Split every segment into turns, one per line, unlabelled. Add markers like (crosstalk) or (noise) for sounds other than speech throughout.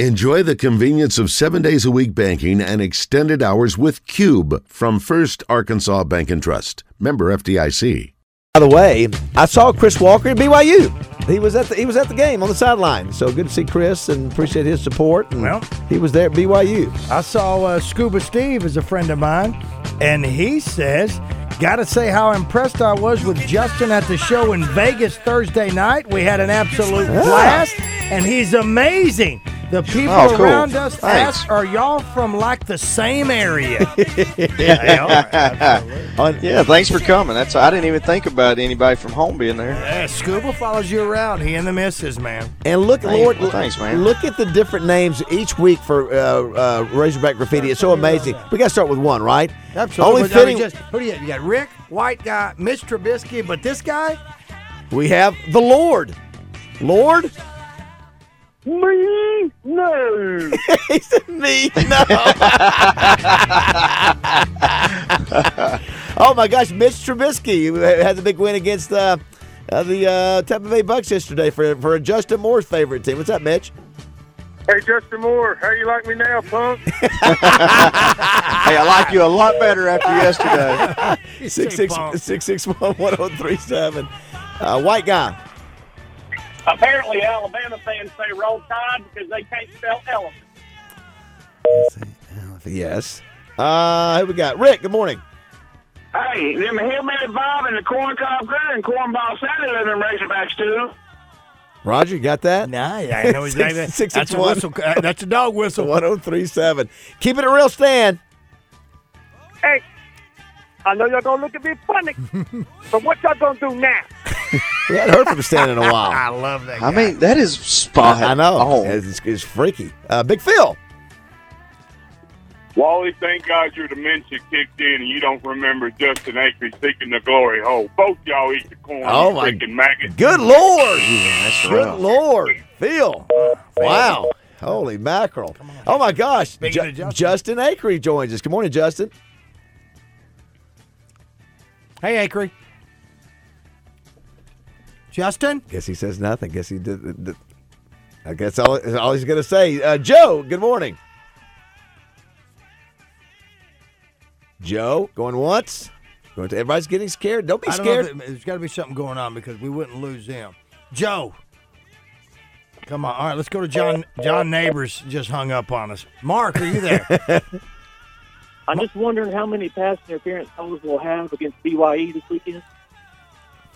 Enjoy the convenience of seven days a week banking and extended hours with Cube from First Arkansas Bank and Trust. Member FDIC.
By the way, I saw Chris Walker at BYU. He was at the, he was at the game on the sideline. So good to see Chris and appreciate his support. And
Well-
he was there at BYU.
I saw uh, Scuba Steve is a friend of mine, and he says, "Gotta say how impressed I was with Justin at the show in Vegas Thursday night. We had an absolute blast, and he's amazing." The people
Oh, cool.
around us
Thanks.
ask, "Are y'all from like the same
(laughs)
area?" yeah, they are. absolutely.
On-
Yeah, thanks for coming. That's I didn't even think about anybody from home being there.
Yeah, Scuba follows you around. He and the missus, man.
And look,
Thanks.
Lord,
Well, thanks, man.
look at the different names each week for uh, uh, Razorback Graffiti. It's so amazing. We got to start with one, right? Only
I mean,
fitting.
just- who do you, you got? Rick, white guy, Mitch Trubisky, but this guy,
we have the Lord. Lord?
Me? No.
He said me. No. (laughs) oh my gosh, Mitch Trubisky who had the big win against uh, uh, the uh, Tampa Bay Bucks yesterday for for Justin Moore's favorite team. What's up, Mitch?
hey, Justin Moore, how you like me now, punk?
Hey, I like you a lot better after yesterday.
Six six six six one one zero three seven. Uh, white guy.
Apparently, Alabama fans say roll tide because they can't spell elephant.
Yes. Uh, who we got? Rick. Good morning.
Hey, them Hillbilly Bob and the Corncob Girl and Cornball Sally let them Razorbacks too.
Roger, you got that?
nah, yeah, I
(laughs)
know
Six-
exactly.
six, six,
that's a
one.
whistle. uh, That's a dog whistle.
One zero three seven. Keep it a real stand.
Hey, I know y'all gonna look at me funny, (laughs) but what y'all gonna do now?
We hadn't heard from Stan in a
I
while.
love that.
I
guy.
mean, that is
(laughs)
spot
I know.
on.
It's, it's freaky. Uh, big Phil.
Wally, thank God your dementia kicked in and you don't remember Justin Acres seeking the glory hole. Both y'all eat the corn,
Oh,
you
my-
freaking maggot.
Good lord.
That's
Good
rough.
lord, Phil! Wow, holy mackerel! Oh my gosh,
Speaking
Ju-
of Justin.
Justin Acree joins us. Good morning, Justin.
Hey, Acree. Justin?
Guess he says nothing. Guess he did. did- did- I guess all, that's all he's going to say. Uh, Joe, good morning. Joe, going once. Going to, everybody's getting scared. Don't be
I don't know if
scared.
it- there's got to be something going on because we wouldn't lose them. Joe. Come on. All right, let's go to John. John Neighbors just hung up on us. Mark, are
(laughs)
you there?
I'm just wondering how many pass interference calls we'll have against BYE this weekend.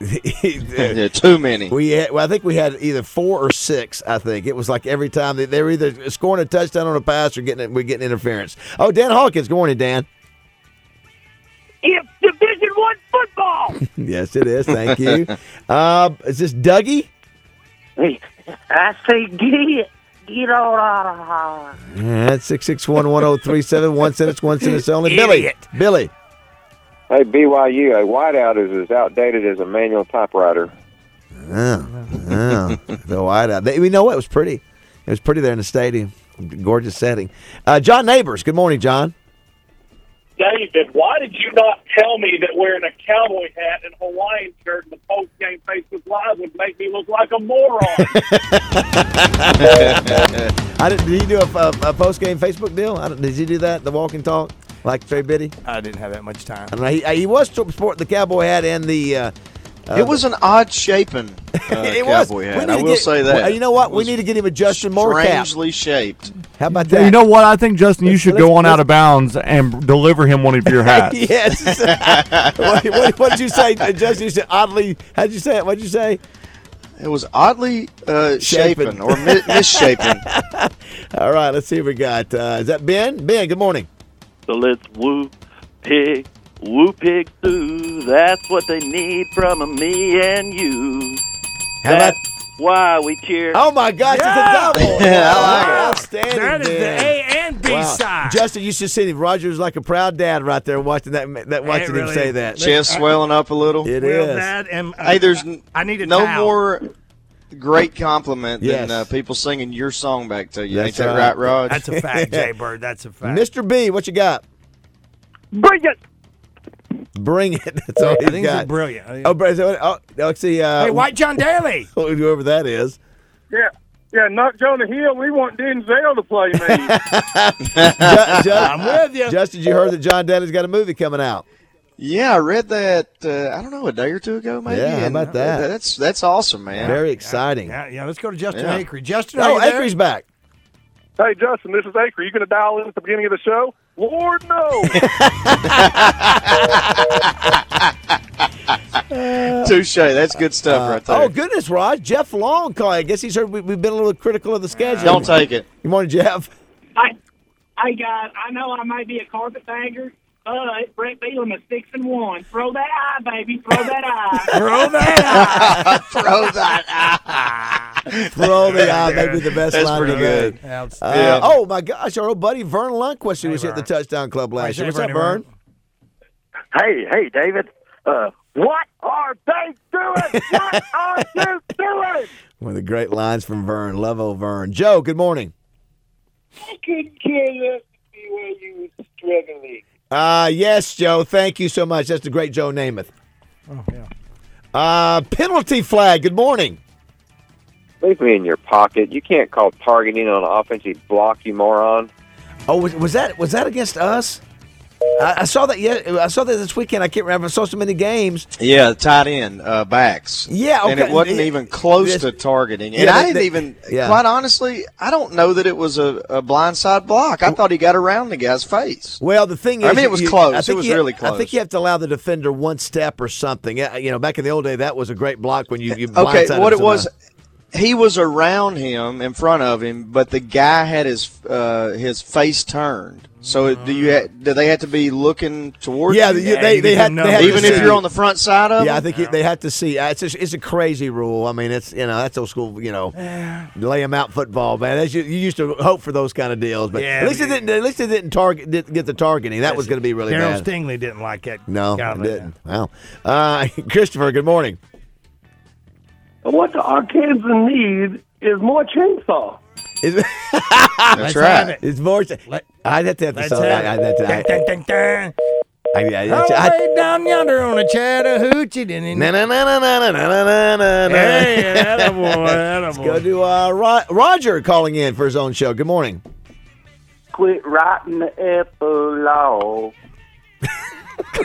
(laughs)
(laughs)
Yeah, too many.
We had, well, I think we had either four or six. I think it was like every time they, they were either scoring a touchdown on a pass or getting we're getting interference. Oh, Dan Hawkins, good morning, Dan.
It's Division One football.
Yes, it is. Thank you. uh, is this Dougie?
Hey, I say get it. Get on out of here.
That's six six one one zero three seven. One sentence, one sentence only. Billy,
Idiot.
Billy.
Hey, BYU, a whiteout is as outdated as a manual typewriter.
Oh, oh, the whiteout. They, we know what it was pretty. It was pretty there in the stadium. Gorgeous setting. Uh, John Neighbors. Good morning, John.
David, why did you not tell me that wearing a cowboy hat and Hawaiian shirt and the post game Facebook Live would make me look like a moron?
I did, did he do a, a, post game Facebook deal? I don't, did he do that? The walk and talk like Trey Biddy?
I didn't have that much time.
I don't know. He, he was sporting the cowboy hat and the. Uh, uh,
it was an odd shaping uh,
(laughs) It was.
cowboy
We
hat.
need
I
to
will
get-
say that.
well, you know what? We
Was
need to get him a Justin Moore cap.
Strangely shaped.
How about
Yeah,
that?
You
(laughs)
know what? I think Justin, you
Let's-
should
let's-
go on
let's-
out of bounds and deliver him one of
(laughs)
your hats.
yes. (laughs) what, what, what did you say, uh, Justin? You said oddly. How'd you say it? What'd you say?
It was oddly uh,
Shaping.
shapen. or mi-
(laughs)
misshapen.
All right. Let's see. What we got. Uh, is that Ben? Ben. Good morning.
(laughs) So let's woo pig, woo pig Sue. That's what they need from a me and you.
How about?
That's why we cheer.
Uh,
Oh my gosh!
Yeah.
It's a double.
(laughs)
Yeah, I
Wow, Outstanding.
That is the
Ben.
A and B
Wow.
side.
Justin, you should see him. Roger's like a proud dad right there watching that. That watching him
really
say
is.
that.
Chest swelling up a little.
It
Well,
is.
that and- uh,
Hey, there's n-
I need a
no
towel.
more great compliment
Yes.
than uh, people singing your song back to you.
That's
Ain't that
right.
right, Rod?
That's
(laughs)
a fact, Jay Bird. That's a fact.
Mr. B, what you got?
Brilliant.
Bring it. (laughs) That's all
I
he's
think it's
got.
brilliant.
(laughs) Oh, Brad, is that what- oh, let's see. Uh,
hey, White John Daly.
whoever that is. (laughs)
Yeah.
Yeah, knock Jonah Hill. We want Denzel to play
(laughs)
me.
I'm with you. (laughs) Justin, you heard that John Daly's got a movie coming out.
Yeah, I read that. Uh, I don't know, a day or two ago, maybe.
Yeah, how
and uh,
about that?
That's that's awesome, man.
Very exciting. (laughs)
Yeah, yeah, let's go to Justin
Yeah.
Acree. Justin, are
Oh,
you there?
Acree's back.
hey, Justin, this is Acre. You going to dial in at the beginning of the show? Lord,
(laughs)
no.
(laughs) Touche. That's good stuff right there.
Oh goodness, Rod. Jeff Long call. I guess he's heard we, we've been a little critical of the schedule.
don't take it.
Good morning, Jeff. (laughs)
I, I got. I know I might be a carpetbagger, but Brett Bielema six and one. Throw that eye, baby. Throw that eye.
(laughs)
(laughs)
Throw
(laughs) Uh,
that out.
(laughs) Throw that.
Throw
(laughs)
the eye, maybe the best
That's
line
pretty
of the
good.
day.
Outstanding.
Uh,
Yeah.
Oh my gosh, our old buddy Vern Lundquist, who was here at the
Vern.
Touchdown Club last
Hey,
year. What's
Vern,
up, Vern?
Vern.
Hey, hey, David. Uh, what are they doing? What are you doing?
One of the great lines from Vern. Love old Vern. Joe, good morning.
I couldn't care less to see where you was struggling.
Uh yes, Joe. Thank you so much. That's the great Joe Namath.
Oh, yeah.
Uh penalty flag. Good morning.
Leave me in your pocket. You can't call targeting on an offensive block, you moron.
Oh, was, was that was that against us? I, I saw that. Yeah, I saw that this weekend. I can't remember. I saw so many games.
Yeah, tight end uh, backs.
Yeah,
and it
okay.
wasn't
Yeah.
even close
Yeah.
to targeting. And
Yeah,
I
they-
didn't
they-
even,
yeah.
quite honestly, I don't know that it was a, a blindside block. I thought he got around the guy's face.
Well, the thing is,
I mean, it was
you-
close.
I
It
think
was
you-
really
I
close.
think you have to allow the defender one step or something. Yeah, You know, back in the old day, that was a great block when you. you
Okay,
blindsided
what it was,
somebody.
he was around him in front of him, but the guy had his uh, his face turned. So it- do you ha- do they have to be looking towards?
Yeah,
you?
you-
Yeah,
they,
you
they
didn't
had,
know.
they had to
even if
see-
you're on the front side of
Yeah, I
him.
think you- they had to see. Uh, It's a, it's a crazy rule. I mean, it's you know that's old school. You know, lay them out football, man. That's, you, you used to hope for those kind of deals, but
Yeah,
at least it
but-
didn't. At least it didn't target didn't get the targeting. That was going to be really bad.
Daryl Stingley didn't like that.
No,
guy
it
like
didn't. Wow, uh, (laughs) Christopher. Good morning.
What the Arkansas need is more chainsaw.
Is- (laughs)
that.
That's
Let's have
right.
it.
It's more.
Let-
I'd have to have to.
Let's
sell-
have
I- I'd have
it.
to- I-
Dun, dun, dun, dun.
I, I,
All the
I, I,
way down yonder on a Chattahoochee. Didn't he?
na na na na na na na na na
Hey,
na. (laughs)
attaboy, attaboy.
Go to uh, Ro- Roger calling in for his own show. Good morning.
Quit writing the epilogue.
Oh.
(laughs)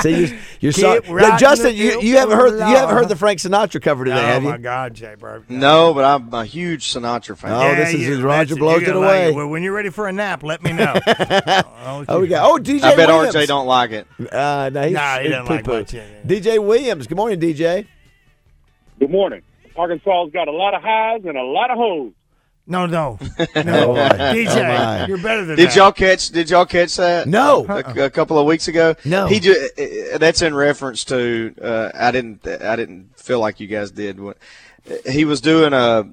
See, you, you're so,
Keep rocking
Justin.
the
You,
field
you haven't heard you haven't
along.
heard the Frank Sinatra cover today,
Oh
have
my
you?
God, Jay, bro.
No, but I'm a huge Sinatra fan.
Oh, this is his Roger
that's
blows
you're
it
gonna like
away.
Well, when you're ready for a nap, let
(laughs)
me know. oh,
Oh, we got oh DJ.
I bet
Williams.
RJ don't like it.
Uh, no, he's,
Nah, he
he's
doesn't like
poo-poo.
much, yeah, yeah.
DJ Williams. Good morning, DJ.
Good morning. Arkansas's got a lot of highs and a lot of hoes.
No, no, (laughs) no,
(laughs) Oh, my. Oh,
DJ,
my.
you're better than
Did
that. Uh-uh.
y'all catch? Did y'all catch that?
No.
a, a couple of weeks ago.
No.
he ju- uh, That's in reference to. Uh, I didn't. I didn't feel like you guys did. What- uh, He was doing a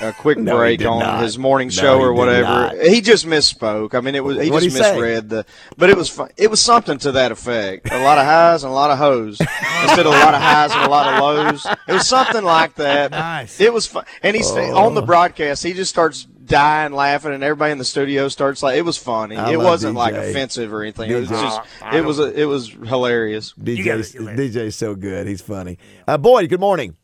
a
(laughs)
quick
No, he
break
did
on
not.
his morning
No,
show
he
or
did
whatever.
not.
He just misspoke. I mean, it was he
What'd
just
he say?
misread the. But it was fun. It was something to that effect. A lot of highs and a lot of hoes instead of a lot of highs and a lot of lows. It was something like that.
Nice.
It was fun. And he's on
Oh.
the broadcast. He just starts dying laughing, and everybody in the studio starts like it was funny.
I
it
love
wasn't like
DJ.
offensive or anything. It was
DJ.
just it was a, it was hilarious.
got it.
DJ's,
You're right.
DJ's so good. He's funny. Uh, Boyd. Good morning.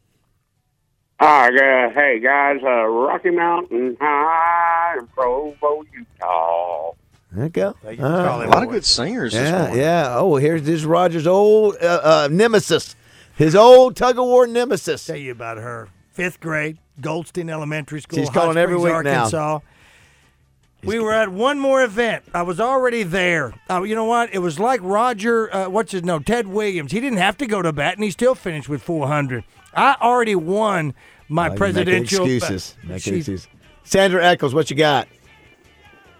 Hi, uh, hey guys, uh, Rocky Mountain High in Provo, Utah.
There you go.
Thank you
All
for
right.
A
calling,
lot of
boy.
good singers. this
Yeah,
morning.
yeah. Oh, well, here's this Rogers' old uh, uh, nemesis, his old tug of war nemesis.
Tell you about her. Fifth grade, Goldstein Elementary School.
She's
Hot
calling every
Springs,
week now.
Arkansas. We were at one more event. I was already there. Uh, you know what? It was like Roger, uh, what's his name, Ted Williams. He didn't have to go to bat, and he still finished with 400. I already won my
Making
presidential.
excuses.
but
Making
she-
excuses. Sandra Eccles, what you got?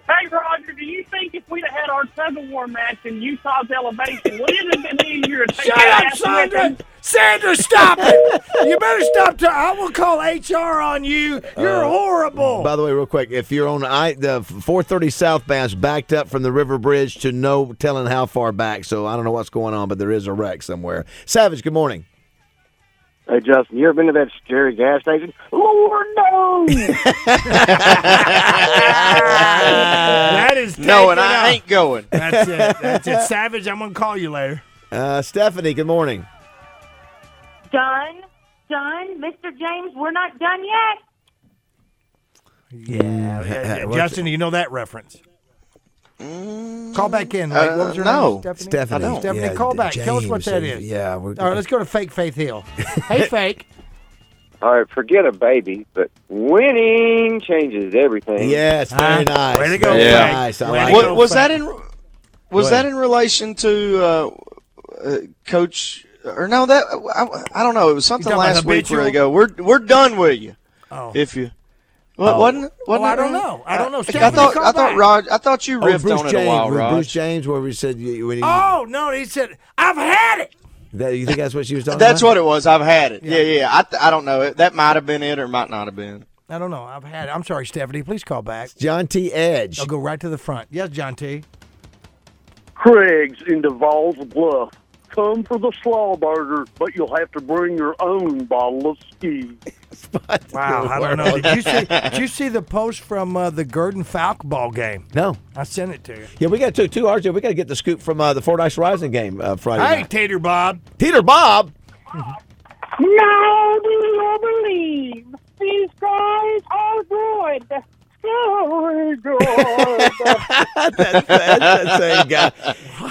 Hey, Roger, do you think if we'd have had our tug of war match in Utah's elevation, would it have been easier to take
Shut
that
up,
ass
Sandra!
whooping?
Sandra, stop it! you better stop. T- I will call HR on you.
Oh.
You're horrible.
By the way, real quick, if you're on I, the 430 southbound's backed up from the River Bridge to no telling how far back, so I don't know what's going on, but there is a wreck somewhere. Savage, good morning.
Hey, Justin, you ever been to that scary gas station? Lord, no!
that is
Uh, No, and
taken out.
I ain't going.
That's
(laughs)
it. That's it. Savage, I'm gonna call you later.
Uh, Stephanie, good morning.
Done done, Mr. James. We're not done yet.
Yeah. yeah, yeah.
What's
Justin, do you know that reference? Call back in. Right? What was your
Uh, no.
name? Stephanie.
Stephanie. I don't.
Stephanie,
Yeah,
call back. Tell us what
James,
that
uh,
is.
yeah, we're-
All right, let's go to Fake Faith Hill. hey, Fake.
All right, forget a baby, but winning changes everything.
Yes, very nice.
Way to go,
very
Frank.
nice. I
Way to
like
go,
it.
Frank.
was that in was
Go ahead.
that in relation to uh, uh, coach or no that I, I don't know it was something
talking about
last week where they
habitual?
go we're we're done with you
Oh.
if you what,
Oh.
wasn't,
Well,
wasn't
I
that
don't
right?
know. I don't know.
I
Stephanie,
thought
call
I thought
back.
Rod I thought you
Oh,
riffed
Bruce
on it
James,
a while
with
Rod
Bruce James, where we said you, when he,
Oh, no. He said, I've had it.
that, you think that's what she was talking
that's
about?
what it was I've had it yeah yeah, I, th- I don't know it that might have been it or might not have been
I don't know. I've had it. I'm sorry, Stephanie. Please call back.
John T. Edge.
I'll go right to the front. Yes, John T.
Craig's in Duval's Bluff. Come for the slaw burger, but you'll have to bring your own bottle of ski.
Wow, I don't know. Did you see? Did you see the post from uh, the Gurdon Falk ball game?
No.
I sent it to you.
Yeah, we got two two hours. there. We got to get the scoop from uh, the Fordyce Rising game uh, Friday.
Hey,
night.
Tater Bob.
Peter Bob.
Now do you believe these guys are good? So good.
that's, that's that same guy.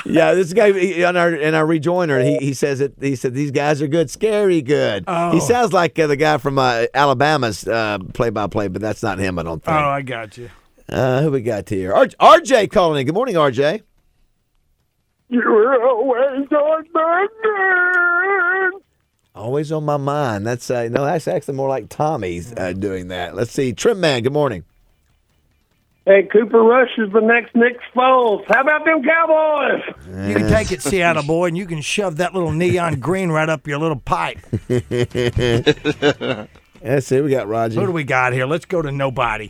Yeah, this guy he- on our in our rejoiner, he, he says it. He said these guys are good, scary good.
Oh.
He sounds like uh, the guy from uh, Alabama's uh, play-by-play, but that's not him. I don't think.
Oh, I got you.
Uh, who we got here? R- RJ calling in. Good morning, RJ.
You're always on my mind.
Always on my mind. That's uh, no, that's actually more like Tommy's uh, doing that. Let's see, Trim Man. Good morning.
Hey, Cooper Rush is the next Nick Foles. How about them Cowboys?
You can take it, Seattle boy, and you can shove that little neon green right up your little pipe.
Let's see, we got
Who do
Roger.
we got here? Let's go to nobody.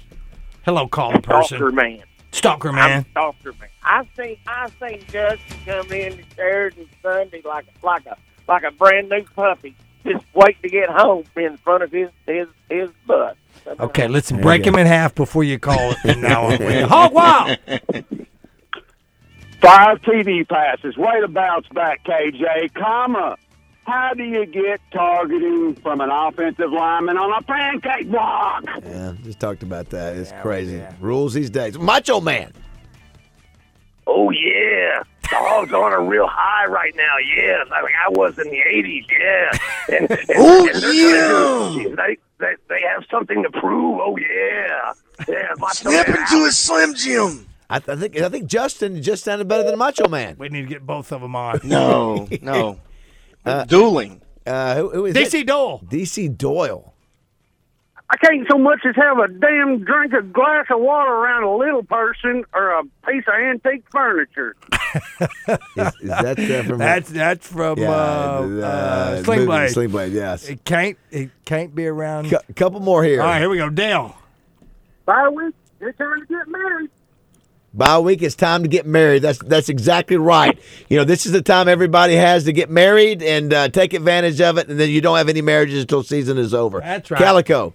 Hello, caller person.
Stalker man.
Stalker man.
Stalker man. I seen I seen Justin come in the chairs and Sunday like like a like a brand new puppy, just wait to get home in front of his his his bus.
Okay, listen,
There
break
you
him
go.
in half before you call it from now on.
(laughs)
Hog wild.
Five TD passes. Way to bounce back, KJ. Comma. How do you get targeting from an offensive lineman on a pancake
(laughs)
block?
Yeah, just talked about that. It's crazy rules these days. Macho Man.
Oh yeah, dogs on a real high right now. Yeah, I mean I was in the '80s. Yeah, and, and,
Oh,
and they're gonna do- they, they they have something to prove. Oh yeah, yeah. my-
snap into a slim Jim
I, th- I think I think Justin just sounded better than Macho Man.
We need to get both of them
(laughs)
on.
no no dueling
Uh, who, who is it?
DC Dole.
DC Doyle.
I can't so much as have a damn drink, a glass of water around a little person or a piece of antique furniture.
Is, is that
(laughs)
uh, from
That's that's from
yeah,
uh,
the,
uh,
movie,
Sling Blade.
Sling Blade, yes.
It can't it can't be around.
C- couple more here.
All right, here we go. Dale.
By week, it's time to get married.
Bye week. It's time to get married. That's that's exactly right. You know, this is the time everybody has to get married and uh, take advantage of it, and then you don't have any marriages until season is over.
That's right.
Calico.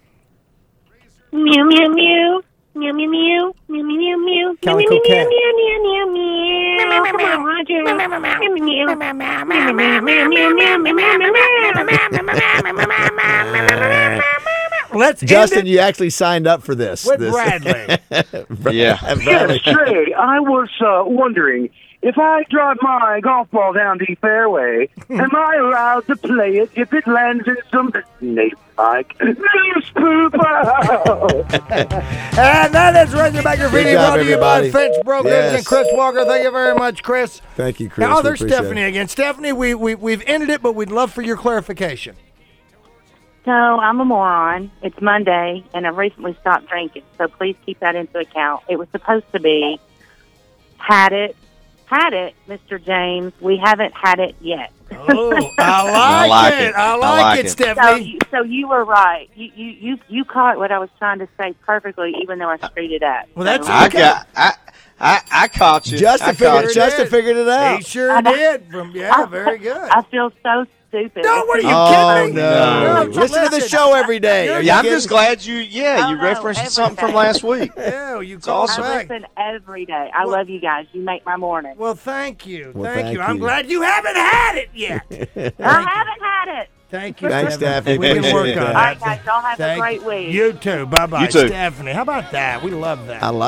Mew mew mew. Mew mew mew. Mew mew mew mew.
Calico
mew, meow
cat.
meow meow meow meow. Come on, Roger. Meow meow meow meow meow meow meow meow meow meow meow.
Let's
Justin,
end it
you actually signed up for this.
with
this. (laughs)
Bradley.
yeah
Yes, Trey, I was uh, wondering if I drive my golf ball down the fairway, am I allowed to play it if it lands in some Nate Mike loose poop?
And that is Razorback Graffiti
Good job,
brought to you by
everybody.
Fence Brokers
Yes.
and Chris Walker. Thank you very much, Chris.
Thank you, Chris. We
Now, oh, there's
appreciate
Stephanie
it.
again. Stephanie, we, we, we've ended it, but we'd love for your clarification.
So I'm a moron. It's Monday, and I've recently stopped drinking. So please keep that into account. It was supposed to be had it, had it, Mr. James. We haven't had it yet.
(laughs) Oh, I like,
like
it.
it.
I
I
like,
like
it,
it.
So,
Stephanie.
you, so you were right. You, you you you caught what I was trying to say perfectly, even though I screwed it up.
Well, that's
So,
I got I I I caught you
Justin
I caught
figured,
There
you.
it
Justin
is.
figured it
He
out.
sure did. From yeah, very good.
I feel so stupid.
No, what are you
oh,
kidding me?
No.
No.
Listen to the show every day.
You're
Are you
Yeah, I'm
kidding?
just glad you. Yeah,
Oh,
you
no,
referenced
every
something from
day.
last week.
Yeah, you called
awesome.
I
back.
listen every day. I love you guys. You make my morning.
Well, thank you.
Well,
thank,
thank
you. I'm
you.
glad you haven't had it yet.
I haven't had it.
Thank you,
Thanks,
Stephanie.
Stephanie.
We can work
Appreciate
on
that.
that.
All right, guys, y'all have a
Thank
great week.
You too. Bye bye,
You too.
Stephanie. How about that? We love that.
I like.